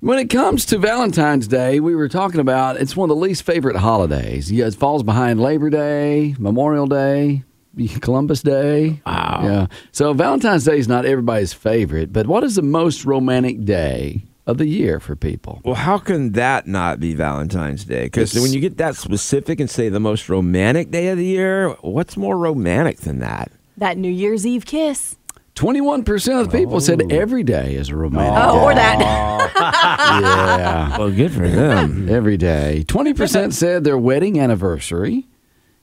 When it comes to Valentine's Day, we were talking about it's one of the least favorite holidays. Yeah, it falls behind Labor Day, Memorial Day, Columbus Day. Wow. Yeah. So Valentine's Day is not everybody's favorite, but what is the most romantic day of the year for people? Well, how can that not be Valentine's Day? Because It's- when you get that specific and say the most romantic day of the year, what's more romantic than that? That New Year's Eve kiss. 21% of the people said every day is a romantic Oh, or that. day. yeah. Well, good for them. Every day. 20% said their wedding anniversary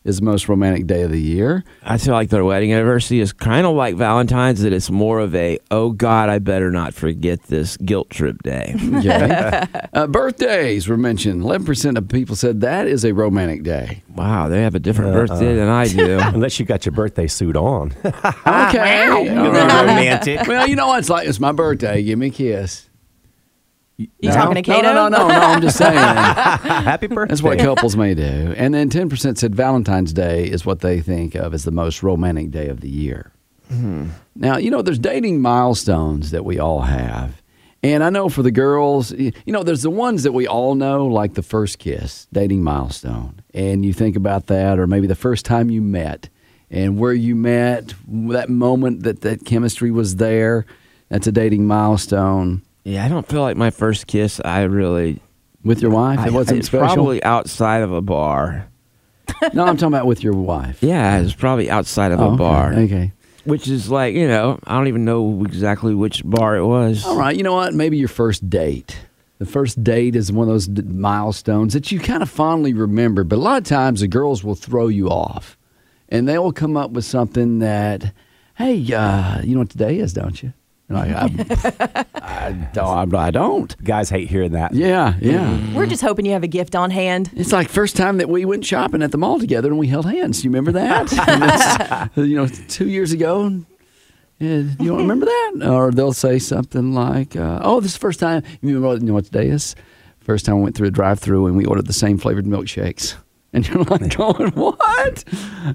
is the most romantic day of the year. I feel like their wedding anniversary is kind of like Valentine's, that it's more of a, oh God, I better not forget this guilt trip day. Okay. uh, birthdays were mentioned. Eleven percent of people said that is a romantic day. wow, they have a different birthday than I do. Unless you got your birthday suit on. Okay. All right. Romantic. well, you know what it's like. It's my birthday. Give me a kiss. You talking to Kato? No, no, no, no. no, I'm just saying Happy birthday. that's what couples may do. And then ten percent said Valentine's Day is what they think of as the most romantic day of the year. Now you know there's dating milestones that we all have. And I know for the girls, y- you know, there's the ones that we all know, like the first kiss, dating milestone. And you think about that, or maybe the first time you met and where you met, that moment that that chemistry was there. That's a dating milestone Yeah, I don't feel like my first kiss, I really. with your wife. I- It wasn't it's special. Probably outside of a bar. no, I'm talking about with your wife. Yeah, it's probably outside of Oh, a okay, bar. okay. which is like you know i don't even know exactly which bar it was All right, you know what? Maybe your first date. The first date is one of those d- milestones that you kind of fondly remember, but a lot of times the girls will throw you off and they will come up with something that, hey, uh, you know what today is, don't you? And I, I, I, don't, I don't. Guys hate hearing that. Yeah, Mm-hmm. yeah. We're just hoping you have a gift on hand. It's like first time that we went shopping at the mall together and we held hands. You remember that? It's, you know, two years ago. and- and you don't remember that? Or they'll say something like, uh, "Oh, this is the first time. You know what, you know what today is? First time we went through a drive-through and we ordered the same flavored milkshakes." And you're like, "Going what?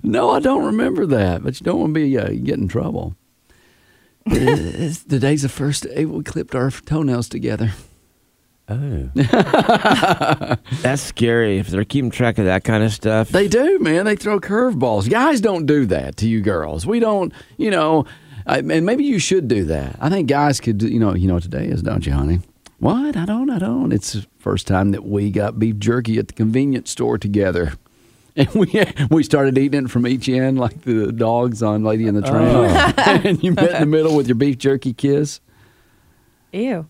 No, I don't remember that." But you don't want to be uh, get in trouble. It's- Today's the first day we clipped our toenails together. Oh. that's scary if they're keeping track of that kind of stuff They do, man. They throw curveballs. Guys don't do that to you girls. We don't, you know, I, and maybe you should do that. I think guys could, do- you know, you know what today is, don't you, honey? What? I don't, I don't. It's the first time that we got beef jerky at the convenience store together. And we we started eating it from each end like the dogs on Lady in the Tramp. Oh. and you met in the middle with your beef jerky kiss. Ew.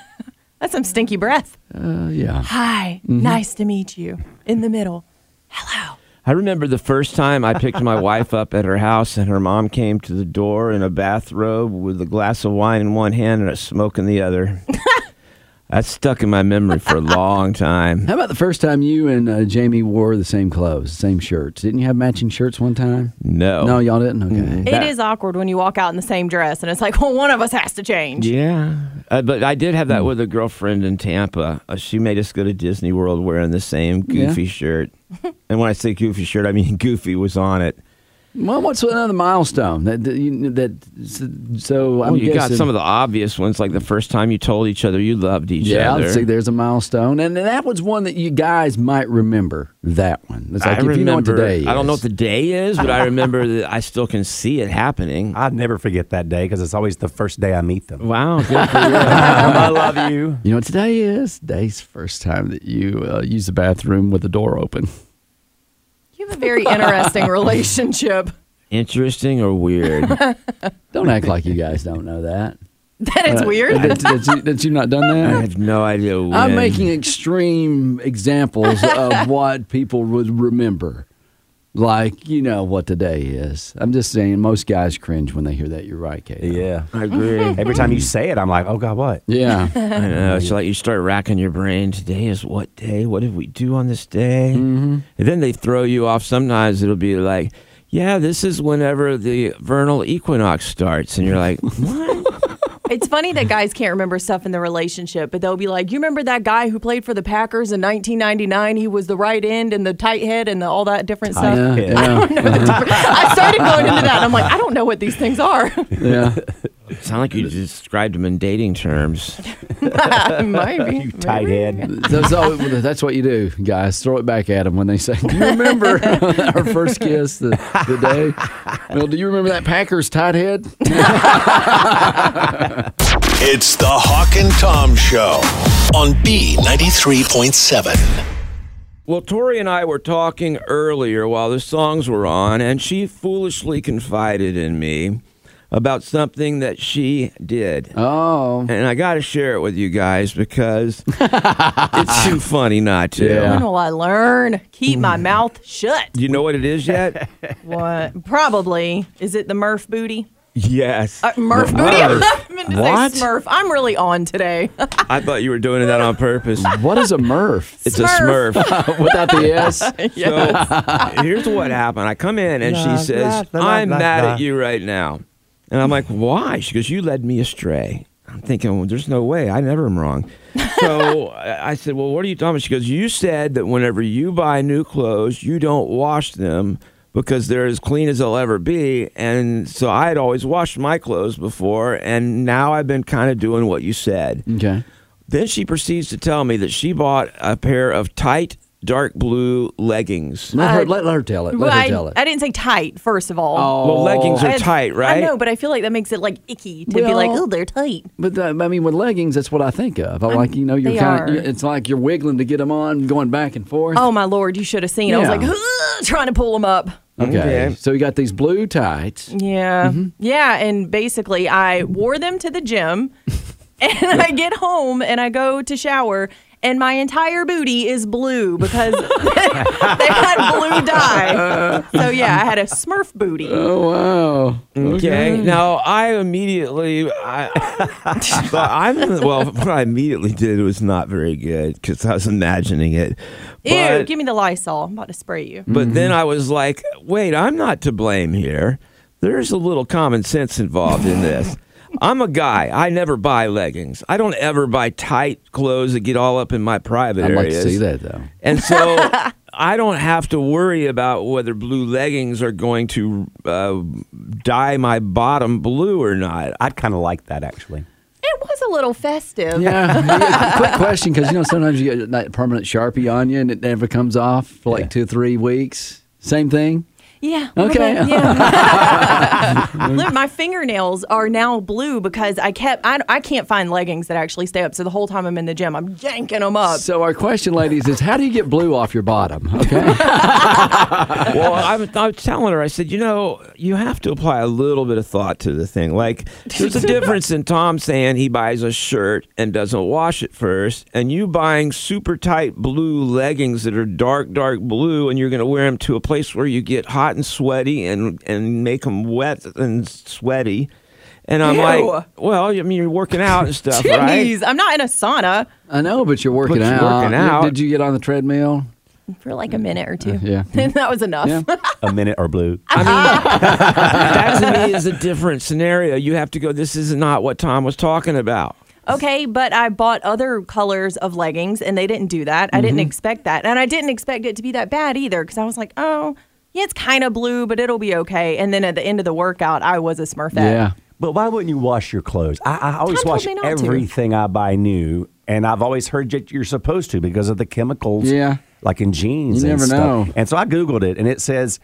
That's some stinky breath. Uh, yeah. Hi. Nice to meet you. In the middle. Hello. i remember the first time i picked my wife up at her house and her mom came to the door in a bathrobe with a glass of wine in one hand and a smoke in the other that's stuck in my memory for a long time How about the first time you and uh, Jamie wore the same clothes, same shirts? Didn't you have matching shirts one time? no No, y'all didn't. Okay. That- Oh. it is awkward when you walk out in the same dress and it's like, well, one of us has to change. yeah uh, but i did have that Hmm. with a girlfriend in tampa uh, she made us go to disney world wearing the same Yeah. goofy shirt and when i say goofy shirt i mean goofy was on it Well, what's another milestone that that, you, that so, so I'm Well, you guessing, got some of the obvious ones, like the first time you told each other you loved each yeah, other. I'd say there's a milestone, and that was one that you guys might remember. That one, it's like I if remember, you know what today. I don't know is. what the day is, but I remember that I still can see it happening. I'd never forget that day because it's always the first day I meet them. Wow, good for you. I love you. You know what today is? Today's the first time that you uh, use the bathroom with the door open. You have a very interesting relationship. Interesting or weird? Don't act like you guys don't know that. That is weird. that, that, you, that you've not done I that? have no idea. When. I'm making extreme examples of what people would remember. Like, you know what today is. I'm just saying, most guys cringe when they hear that. You're right, Kate. Yeah. I agree. Every time you say it, I'm like, oh God, what? Yeah. I know. It's like you start racking your brain. Today is what day? What did we do on this day? Mm-hmm. And then they throw you off. Sometimes it'll be like, yeah, this is whenever the vernal equinox starts. And you're like, It's funny that guys can't remember stuff in the relationship, but they'll be like, "You remember that guy who played for the Packers in 1999? He was the right end and the tight head and the, all that different stuff." yeah, yeah, I started going into that. And I'm like, I don't know what these things are. yeah. sound like you described them in dating terms. Maybe. You tight head. That's, all, that's what you do, guys. Throw it back at them when they say, Do you remember our first kiss the, the day? Well, do you remember that Packers tight head? It's the Hawk and Tom Show on B93.7. Well, Tori and I were talking earlier while the songs were on, and she foolishly confided in me about something that she did. Oh. And I got to share it with you guys because it's too funny not to. Yeah. When will I learn? Keep my mouth shut. Do you know what it is yet? What? Probably. Is it the Murph booty? yes. Uh, Murph booty? I meant to What? say Smurf. I'm really on today. I thought you were doing that on purpose. What is a Murph? It's a Smurf. smurf. Without the S? So here's what happened. I come in and Nah, she says, nah, nah, I'm nah, mad nah. at you right now. And I'm like, why? She goes, You led me astray. I'm thinking, well, there's no way. I never am wrong. So I I said, Well, what are you talking about? She goes, You said that whenever you buy new clothes, you don't wash them because they're as clean as they'll ever be. And so I had always washed my clothes before. And now I've been kind of doing what you said. Okay. Then she proceeds to tell me that she bought a pair of tight, dark blue leggings. Let her, Uh, let her tell it. Let Well, her I, tell it. I didn't say tight, first of all. Well, leggings are That's- tight, right? Oh. I know, but I feel like that makes it like icky to be Well- like, oh, they're tight. but uh, I mean, with leggings, that's what I think of. I like, you know, you're they kind are. of, it's like you're wiggling to get them on, going back and forth. Oh my lord, you should have seen. it. I was Yeah. like, "Ugh," trying to pull them up. okay. okay. So you got these blue tights. Yeah, Mm-hmm. yeah, and basically, I wore them to the gym, and I get home and I go to shower. And my entire booty is blue because they had blue dye. So yeah, I had a Smurf booty. Oh, wow. Okay. Mm-hmm. Now I immediately, I, but I'm well. What I immediately did was not very good because I was imagining it. But, Ew, give me the Lysol. I'm about to spray you. but then I was like, wait, I'm not to blame here. There's a little common sense involved in this. I'm a guy. I never buy leggings. I don't ever buy tight clothes that get all up in my private I'd like areas. to see that, though. And so I don't have to worry about whether blue leggings are going to uh, dye my bottom blue or not. I'd kind of like that actually. It was a little festive. Yeah. Quick question, because you know sometimes you get that permanent Sharpie on you and it never comes off for like two, three weeks. Same thing. Yeah. a little Okay. bit, yeah. Look, my fingernails are now blue because I kept. I, I can't find leggings that actually stay up. So the whole time I'm in the gym, I'm yanking them up. So our question, ladies, is how do you get blue off your bottom? Okay. well, I'm, I'm telling her, I said, you know, you have to apply a little bit of thought to the thing. Like, there's a difference in Tom saying he buys a shirt and doesn't wash it first, and you buying super tight blue leggings that are dark, dark blue, and you're going to wear them to a place where you get hot and sweaty and, and make them wet and sweaty. And I'm Ew. like, well, I mean, you're working out and stuff, right? Jeez, I'm not in a sauna I know, but you're working But you're out. working out. Did you get on the treadmill? for like a minute or two. Uh, yeah. And that was enough. Yeah. A minute or blue. that to me is a different scenario. You have to go, this is not what Tom was talking about. Okay, but I bought other colors of Mm-hmm. leggings and they didn't do that. I didn't expect that. And I didn't expect it to be that bad either because I was like, oh, yeah, it's kind of blue, but it'll be okay. And then at the end of the workout, I was a Smurfette. Yeah. But why wouldn't you wash your clothes? I, I always Tom told wash me not to. everything I buy new, and I've always heard that you're supposed to because of the chemicals. Yeah. Like in jeans. You and never stuff. know. And so I Googled it, and it says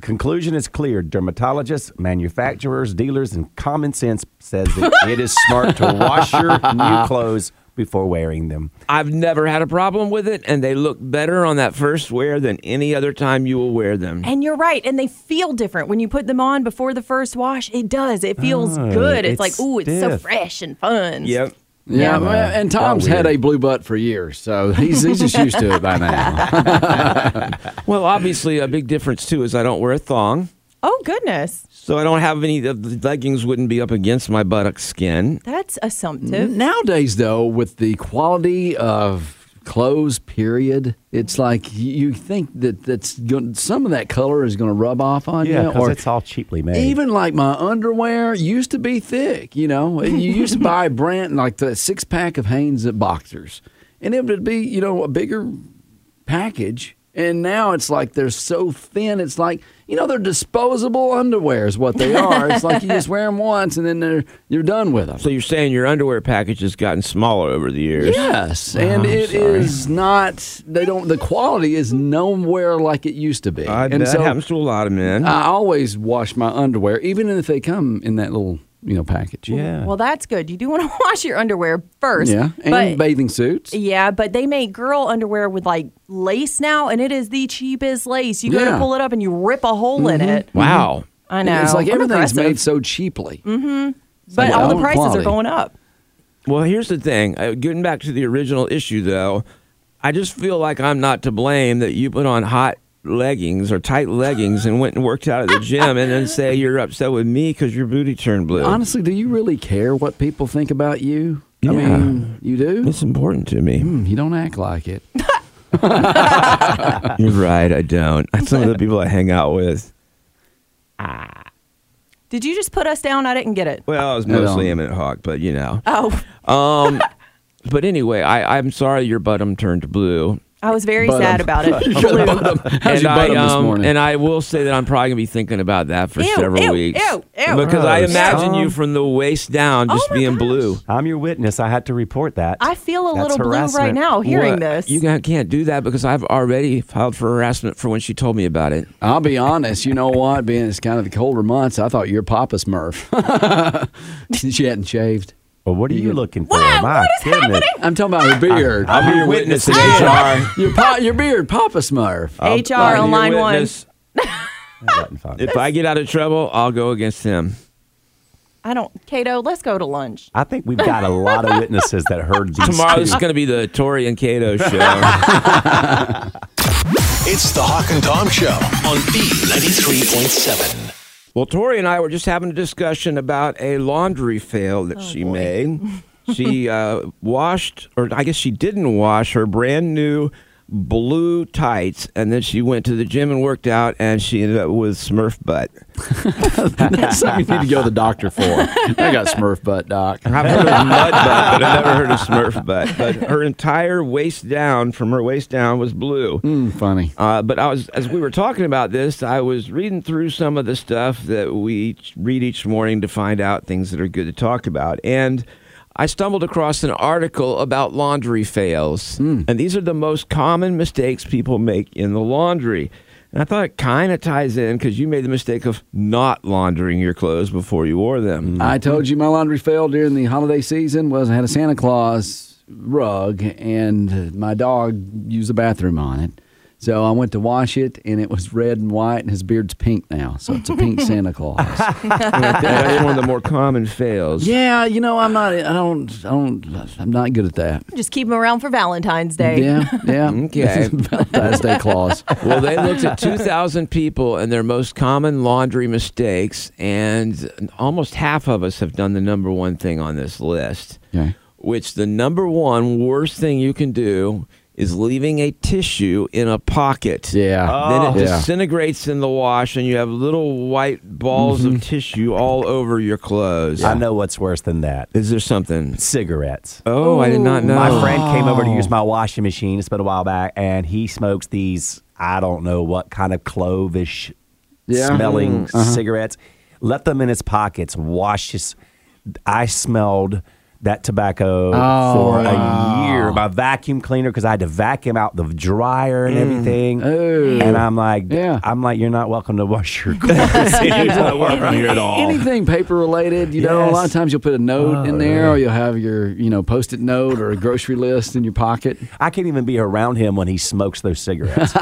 conclusion is clear. Dermatologists, manufacturers, dealers, and common sense says that it is smart to wash your new clothes before wearing them. I've never had a problem with it, and they look better on that first wear than any other time you will wear them. And you're right. And they feel different when you put them on before the first wash. It does. It feels Oh, good. It's, like, it's ooh, it's so stiff. fresh and fun. Yep. Yeah, well, and Tom's had a blue butt for years, so he's he's just used to it by now. Well, obviously, a big difference too is I don't wear a thong, Oh, goodness. so I don't have any. The the leggings wouldn't be up against my buttock skin. That's assumptive. Nowadays, though, with the quality of clothes, period, it's like y- you think that that's going some of that color is going to rub off on Yeah, you, because or it's all cheaply made. even like my underwear used to be thick. You know, you used to buy a brand like the six pack of Hanes at boxers, and it would be you know a bigger package. And now it's like they're so thin. It's like you know they're disposable underwear is what they are. It's like you just wear them once and then they're you're done with them. So you're saying your underwear package has gotten smaller over the years? Yes, and it is not. They don't. The quality is nowhere like it used to be. I, and Uh, Uh, that happens to a lot of men. I always wash my underwear, even if they come in that little you know package. yeah. Well, that's good. You do want to wash your underwear first. Mm. Yeah, and But, bathing suits. yeah, but they make girl underwear with like lace now, and it is the cheapest lace. You go Yeah. Mm-hmm. to pull it up and you rip a hole in it. wow. I know. It's like I'm everything's aggressive. Mm-hmm. made so cheaply. But Yeah. all the Quality. prices are going up. Well, here's the thing. Uh, getting back to the original issue, though, I just feel like I'm not to blame that you put on hot leggings or tight leggings and went and worked out at the gym, and then say you're upset with me because your booty turned blue. Honestly, do you really care what people think about you? I Yeah. mean, you do? it's important to me. Hmm, You don't act like it. You're right. I don't. Some of the people I hang out with. Did you just put us down? I didn't get it. Well, I was don't. mostly Emmett Hawk, but you know. Oh, Um, but anyway, I, I'm sorry your bottom turned blue. I was very But, sad um, about it. Blue. How's your I, bottom this um, morning? and I will say that I'm probably gonna be thinking about that for Ew, several ew, weeks. ew, ew. Oh Because I Gross. imagine you Tom. from the waist down just my being gosh. blue. I'm your witness. I had to report that. I feel a That's little blue right harassment. now hearing Well, this. You ca- can't do that because I've already filed for harassment for when she told me about it. I'll be honest. You know what? Being it's kind of the colder months, I thought you were Papa Smurf. she hadn't shaved. Well, what are you looking for? Wow, My what is goodness. happening? I'm talking about her beard. I'll be your witness in HR. your, pa- your beard, Papa Smurf. HR on I'll be line your one. witness. That wasn't fun. If I get out of trouble, I'll go against him. I don't, Kato, let's go to lunch. I think we've got a lot of witnesses that heard these. Tomorrow's two. going to be the Tori and Cato show. It's the Hawk and Tom Show on B93.7. Well, Tori and I were just having a discussion about a laundry fail that she made. She uh, washed, or I guess she didn't wash her brand new blue tights, and then she went to the gym and worked out, and she ended up with Smurf butt. That's something you need to go to the doctor for. I got Smurf butt, Doc. I've heard of mud butt, but I've never heard of Smurf butt. But her entire waist down, from her waist down, was blue. Hmm, funny. Uh, but I was, as we were talking about this, I was reading through some of the stuff that we each read each morning to find out things that are good to talk about, and I stumbled across an article about laundry fails, Hmm. and these are the most common mistakes people make in the laundry. And I thought it kind of ties in because you made the mistake of not laundering your clothes before you wore them. I told you my laundry failed during the holiday season was I had a Santa Claus rug and my dog used the bathroom on it. So I went to wash it and it was red and white and his beard's pink now. So it's a pink Santa Claus. That's one of the more common fails. Yeah, you know, I'm not I don't I don't I'm not good at that. Just keep them around for Valentine's Day. Yeah, yeah. Okay. Valentine's Day Claus. well, they looked at 2,000 people and their most common laundry mistakes, and almost half of us have done the number one thing on this list, Okay. which the number one worst thing you can do is leaving a tissue in a pocket. Yeah. Oh. Then it Yeah. disintegrates in the wash, and you have little white balls Mm-hmm. of tissue all over your clothes. I know what's worse than that. Is there something? Cigarettes. Oh, I did not know. My friend came over to use my washing machine. It's been a while back, and he smokes these I don't know what kind of clovish Yeah. smelling Mm-hmm. Uh-huh. cigarettes. Let them in his pockets. Wash his. I smelled that tobacco Oh, for a year. My vacuum cleaner because I had to vacuum out the Mm. dryer and everything. Oh. And I'm like, Yeah. I'm like, you're not welcome to wash your clothes anymore." Anything paper related, you know, a lot of Yes. times you'll put a note Oh, in there, or you'll have your, you know, post-it note or a grocery list in your pocket. I can't even be around him when he smokes those cigarettes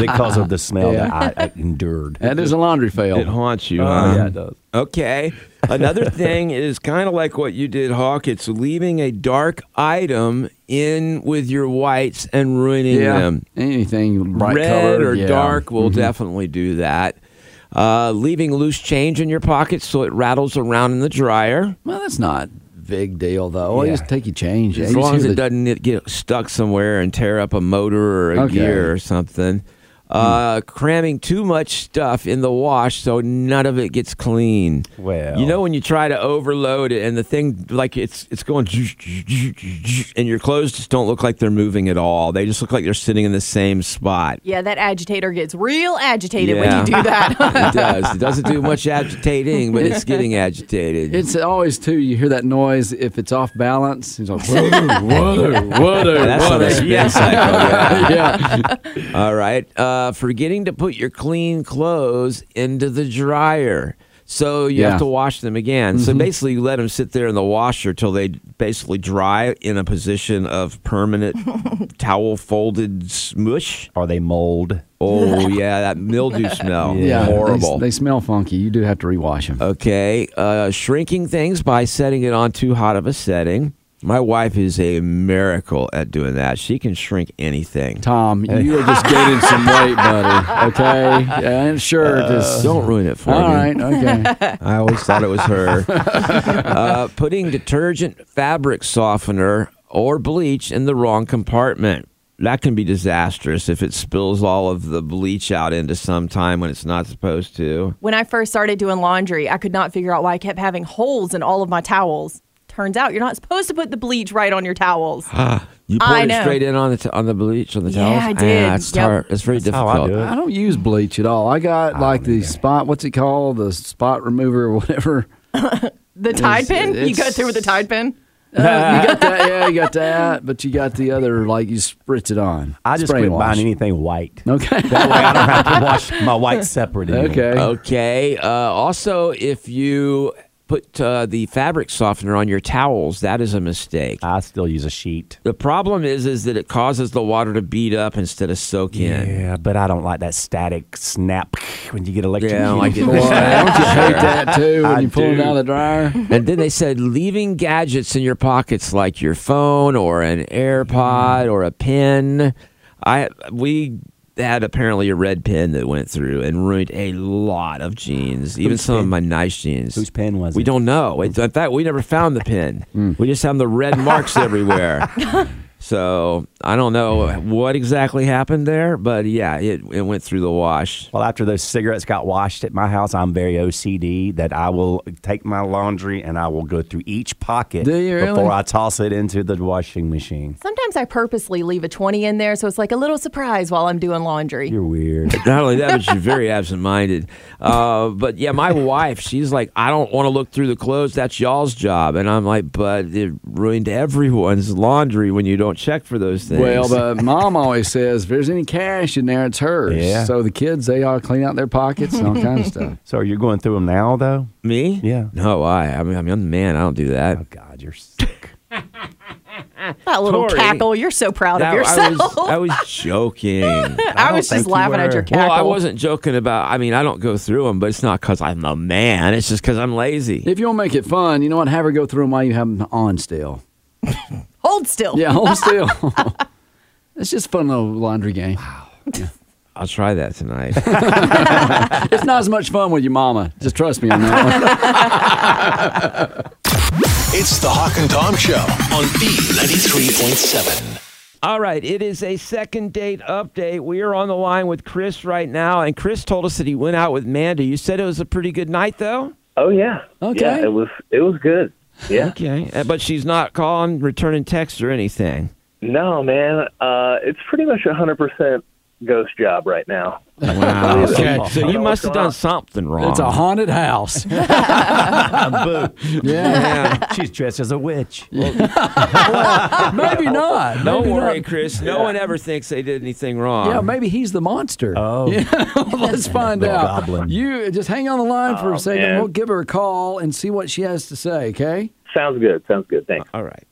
because of the smell Yeah. that I, I endured. Um, That is a laundry fail. It haunts Oh, you, huh? yeah, it does. Okay. Another thing is kind of like what you did, Hawk. It's leaving a dark item in with your whites and ruining yeah, them. anything bright um, Red colored, or yeah. Mm-hmm. dark will definitely do that. Uh, leaving loose change in your pocket so it rattles around in the dryer. Well, that's not big deal though. All you Yeah. just take your change. Yeah, As you long just as hear it the- doesn't it get stuck somewhere and tear up a motor or a Okay. Hmm. gear or something. Uh, Cramming too much stuff in the wash so none of it gets clean. Well. you know when you try to overload it and the thing like it's it's going and your clothes just don't look like they're moving at all. They just look like they're sitting in the same spot. Yeah, that agitator gets real agitated when Yeah. you do that. It does. It doesn't do much agitating, but it's getting agitated. It's always too. You hear that noise if it's off balance. It's like whoa, whoa, whoa, That's on whoa. a spin cycle. yeah. yeah. All right. Uh, forgetting to put your clean clothes into the dryer. So you Yeah. Mm-hmm. have to wash them again. So basically, you let them sit there in the washer till they basically dry in a position of permanent towel folded smush. Are they mold? Oh, yeah, that mildew smell. Yeah, they- Horrible. They, smell funky. You do have to rewash them. Okay. Uh, shrinking things by setting it on too hot of a setting. My wife is a miracle at doing that. She can shrink anything. Tom, you are just gaining some weight, buddy. Okay, yeah, and sure, just Don't ruin it for Uh, All me. right, okay. I always thought it was her. uh, putting detergent, fabric softener, or bleach in the wrong compartment. That can be disastrous if it spills all of the bleach out into some time when it's not supposed to. when I first started doing laundry, I could not figure out why I kept having holes in all of my towels. Turns out you're not supposed to put the bleach right on your towels. You I poured it know. straight in on the t- on the bleach on the Yeah, towels. I did. Ah, it's Yep. tar- It's very how I difficult. do it. I don't use bleach at all. I got like the spot. What's it called? The spot remover or whatever. The Tide Pin? You go it's- through with the Tide Pin? you got that? Yeah, you got that. But you got the other. Like you spritz it on. I just Spray quit wash. buying anything white. Okay. That Oh, way I don't have to wash my white separate. anymore. Okay. Okay. Uh, also, if you put uh, the fabric softener on your towels, that is a mistake. I still use a sheet. The problem is, is that it causes the water to beat up instead of soak in. Yeah, but I don't like that static snap when you get electrocuted. Yeah, I don't like it. Boy, don't you hate that too when I you pull it do. out of the dryer? And then they said leaving gadgets in your pockets like your phone or an AirPod or a pen. I we had apparently a red pen that went through and ruined a lot of jeans, even some of my nice jeans. Whose pen was We it? Hmm. don't know. It's- In fact, we never found the pen. We just found the red marks everywhere. So I don't know what exactly happened there, but yeah, it, it went through the wash. Well, after those cigarettes got washed at my house, I'm very OCD that I will take my laundry and I will go through each pocket Do you really? before I toss it into the washing machine. Sometimes I purposely leave a 20 in there, so it's like a little surprise while I'm doing laundry. You're weird. Not only that, but she's very absent-minded. Uh, but yeah, my wife, she's like, I don't want to look through the clothes. That's y'all's job. And I'm like, but it ruined everyone's laundry when you don't check for those things. Well, but mom always says if there's any cash in there, it's hers. Yeah. So the kids, they all clean out their pockets and all kind of stuff. so are you going through them now, though? me? Yeah. No, I. I mean, I'm a young man. I don't do that. Oh, God, you're sick. that little Tori. cackle, you're so proud That- of I was, yourself. I was joking. I don't was think just you laughing at were. your well, cackle. I wasn't joking about. I mean, I don't go through them, but it's not because I'm a man. It's just because I'm lazy. If you want to make it fun, you know what? Have her go through them while you have them on still. Hold still. Yeah, hold still. it's just a fun little laundry game. I'll try that tonight. It's not as much fun with your mama. Just trust me on that one. It's the Hawk and Tom Show on B93.7. All right, it is a second date update. We are on the line with Chris right now, and Chris told us that he went out with Mandy. You said it was a pretty good night, though. Oh yeah. Okay. Yeah, it was it was good. Yeah. Okay, Uh, but she's not calling, returning texts, or anything. no, man. Uh, it's pretty much a hundred percent ghost job right now. Wow. Okay. So, so you must have done something wrong. It's a haunted house. yeah. Yeah. She's dressed as a witch. Maybe not. Don't Maybe worry, not. Chris. No one ever thinks they did anything wrong. Yeah, maybe he's the monster. Oh, let's find The out. goblin. You just hang on the line for a second. man. We'll give her a call and see what she has to say. Okay. Sounds good. Sounds good. Thanks. All right.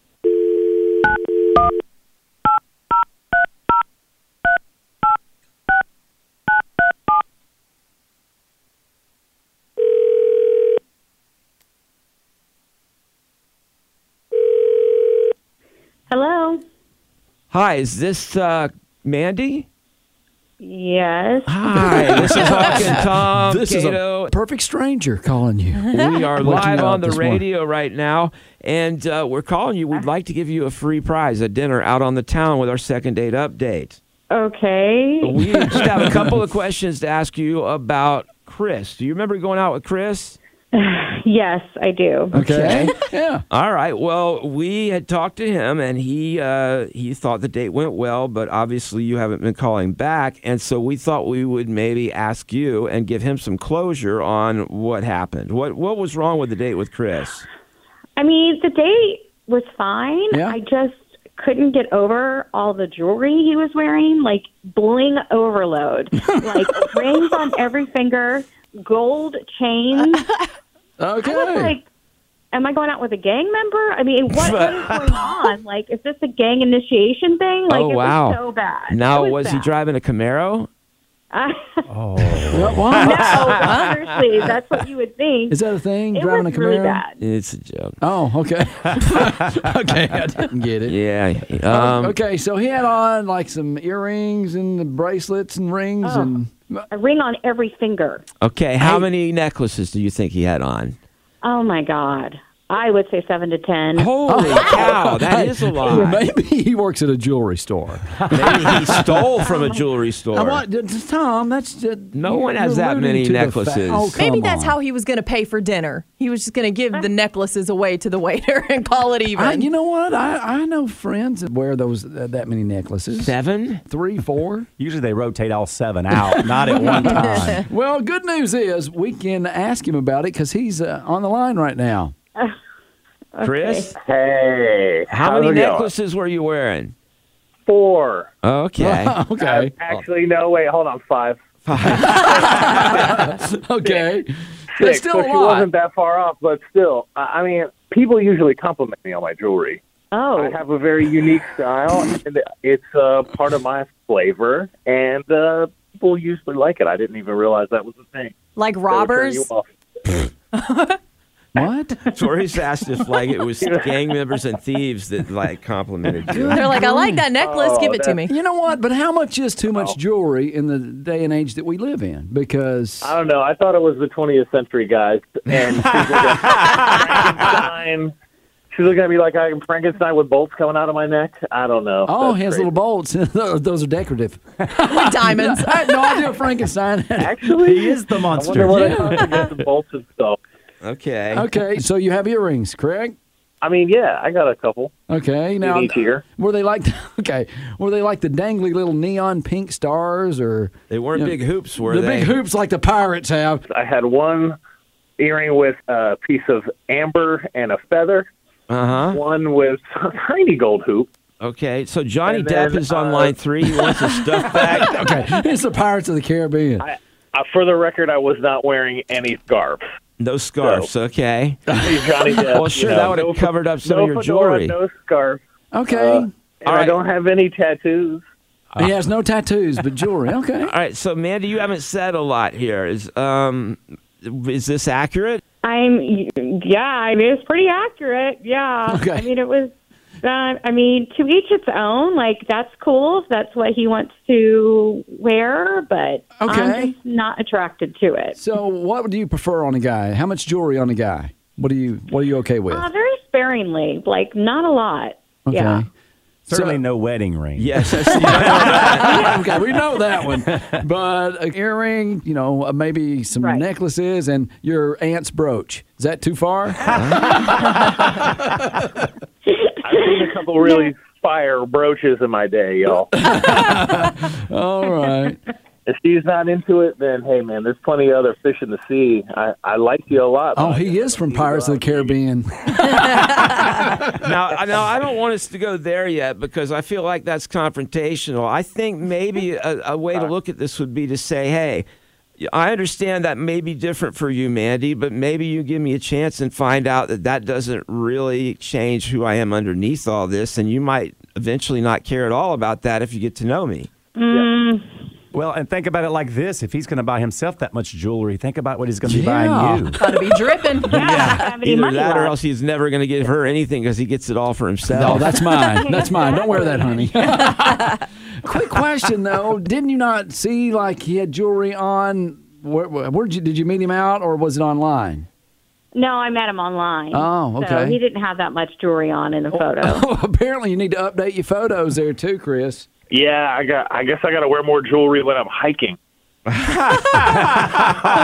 Hello. Hi, is this uh, Mandy? Yes. Hi, this is Hawk and Tom. This is Cato. a perfect stranger calling you. we are What you live know on the this morning? radio right now, and uh, we're calling you. We'd like to give you a free prize, a dinner out on the town with our second date update. Okay. We just have a couple of questions to ask you about Chris. Do you remember going out with Chris? Yes, I do. Okay. yeah. All right. Well, we had talked to him, and he uh, he thought the date went well, but obviously you haven't been calling back, and so we thought we would maybe ask you and give him some closure on what happened. What what was wrong with the date with Chris? I mean, the date was fine. Yeah. I just couldn't get over all the jewelry he was wearing, like bling overload, like rings on every finger, gold chains. Okay. I was like, am I going out with a gang member? I mean, what, what is going on? Like, is this a gang initiation thing? Like, Oh, it wow. was so bad. Now, It was he bad. driving a Camaro? What? What? No, seriously, that's what you would think. Is that a thing? it Driving was a Camaro? really bad. It's a joke. Oh, okay. okay, I didn't get it. Yeah. Um, Oh, okay, so he had on like some earrings and bracelets and rings and a ring on every finger. okay. How many necklaces do you think he had on? Oh my god. I would say 7 to 10. Holy cow! That is a lot. maybe he works at a jewelry store. Maybe he stole from a jewelry store. I want- d- d- Tom, that's d- No you're one has that alluding many to the fa- necklaces. oh, come Maybe that's on. how he was going to pay for dinner. He was just going to give the necklaces away to the waiter and call it even. I, you know what? I, I know friends that wear those uh, that many necklaces. Seven? Three, four. Usually they rotate all seven out, not at one time. well, good news is we can ask him about it because he's uh, on the line right now. Chris? Hey, How how's many it going? necklaces were you wearing? Four. Oh. Okay. Okay. Actually, no. Wait, hold on. Five. okay. That's Six. still so a she wasn't lot. that far off, but still, I, I mean, people usually compliment me on my jewelry. Oh. I have a very unique style, and it's uh, part of my flavor, and uh, people usually like it. I didn't even realize that was a thing. like They would turn robbers. you off. What? Tori's asked if like it was gang members and thieves that like complimented you. They're like, I like that necklace. give it to me. You know what? But how much is too Oh. much jewelry in the day and age that we live in? Because I don't know. I thought it was the 20th century guys, and she's looking at Frankenstein. She's looking at me like I'm Frankenstein with bolts coming out of my neck. I don't know. oh, That's he has crazy. little bolts. Those are decorative. With diamonds. Uh, I had no idea Frankenstein. had it. He is the I wonder monster. what I thought about the bolts and stuff. Okay. okay, so you have earrings, correct? I mean, yeah, I got a couple. Okay, now each ear. were they like okay? Were they like the dangly little neon pink stars or They weren't Yeah. big hoops, were the they? big hoops like the pirates have? I had one earring with a piece of amber and a feather, Uh huh. one with a tiny gold hoop. Okay. So Johnny And then, Depp is on uh, line three. He wants his stuff back. Okay, it's the Pirates of the Caribbean. Uh, for the record, I was not wearing any scarves. No scarves. Okay. Johnny Depp, Well, sure, you know, that would have no covered up some no of your fedora, jewelry. No scarf. okay, And All I right. don't have any tattoos. uh, he has no tattoos but jewelry. Okay, All right. So Mandy, you haven't said a lot here. Is um, is this accurate? I'm yeah, I mean it's pretty accurate. Yeah. Okay. I mean it was uh, I mean to each its own. Like that's cool if that's what he wants to wear, but Okay. I'm just not attracted to it. so what do you prefer on a guy? How much jewelry on a guy? What do you What are you okay with? Uh, very sparingly, like not a lot. Okay. Yeah. Certainly no wedding ring. Yes. okay, we know that one. But an earring, you know, uh, maybe some Right. necklaces and your aunt's brooch. Is that too far? I've seen a couple really fire brooches in my day, y'all. All right. if she's not into it, then hey, man, there's plenty of other fish in the sea. I, I like you a lot. but Oh, I he guess is from Pirates of the Caribbean. now, now I don't want us to go there yet because I feel like that's confrontational. I think maybe a, a way to look at this would be to say, hey, I understand that may be different for you, Mandy, but maybe you give me a chance and find out that that doesn't really change who I am underneath all this, and you might eventually not care at all about that if you get to know me. Well, and think about it like this: if he's going to buy himself that much jewelry, think about what he's going to be Yeah. buying you. Gotta be dripping. Have any Either money that, or left. else he's never going to give her anything because he gets it all for Oh, himself. that's mine. That's mine. Don't wear that, honey. Quick question though, didn't you not see like he had jewelry on? Where, where where'd you did you meet him out or was it online? No, I met him online. Oh, So okay. he didn't have that much jewelry on Oh. in the photo. Well, apparently you need to update your photos there too, Chris. Yeah, I got. I guess I got to wear more jewelry when I'm hiking.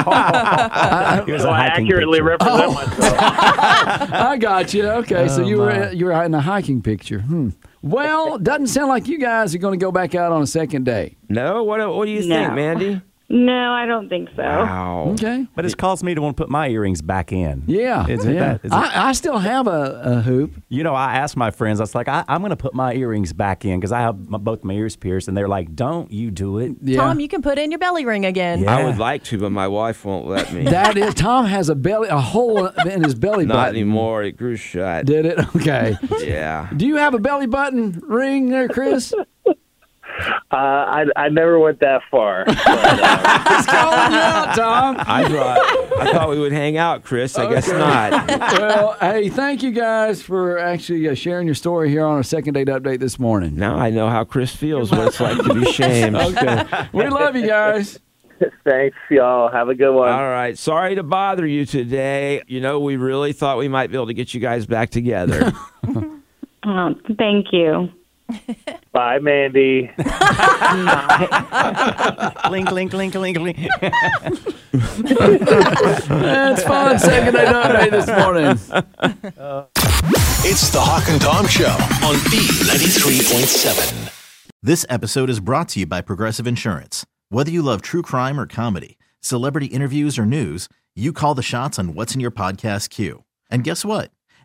Here's So a I hiking accurately picture. represent myself. I got you. Okay, so Oh, you were you were out in a hiking picture. Hmm. Well, doesn't sound like you guys are going to go back out on a second date. no? What, what do you think, No. Mandy? No, I don't think so. Wow. Okay. But it's caused me to want to put my earrings back in. Yeah. Is it yeah. that? Is it, I, I still have a, a hoop. you know, I asked my friends, I was like, I, I'm going to put my earrings back in because I have my, both my ears pierced. And they're like, don't you do it. Yeah. Tom, you can put in your belly ring again. Yeah. I would like to, but my wife won't let me. that is Tom has a belly a hole in his belly Not button. anymore. It grew shut. Did it? Okay. Yeah. Do you have a belly button ring there, Chris? Uh, I I never went that far. It's calling you out, Tom. I thought I thought we would hang out, Chris. I guess not. Well, hey, thank you guys for actually uh, sharing your story here on our second date update this morning. Now I know how Chris feels what it's like to be shamed. Okay. we love you guys. Thanks, y'all. Have a good one. Uh, All right. Sorry to bother you today. You know, we really thought we might be able to get you guys back together. Oh, thank you. Bye, Mandy. Link, link, link, link, link. That's fun. Second date update this morning. It's the Hawk and Tom Show on B93.7. This episode is brought to you by Progressive Insurance. Whether you love true crime or comedy, celebrity interviews or news, you call the shots on what's in your podcast queue. And guess what?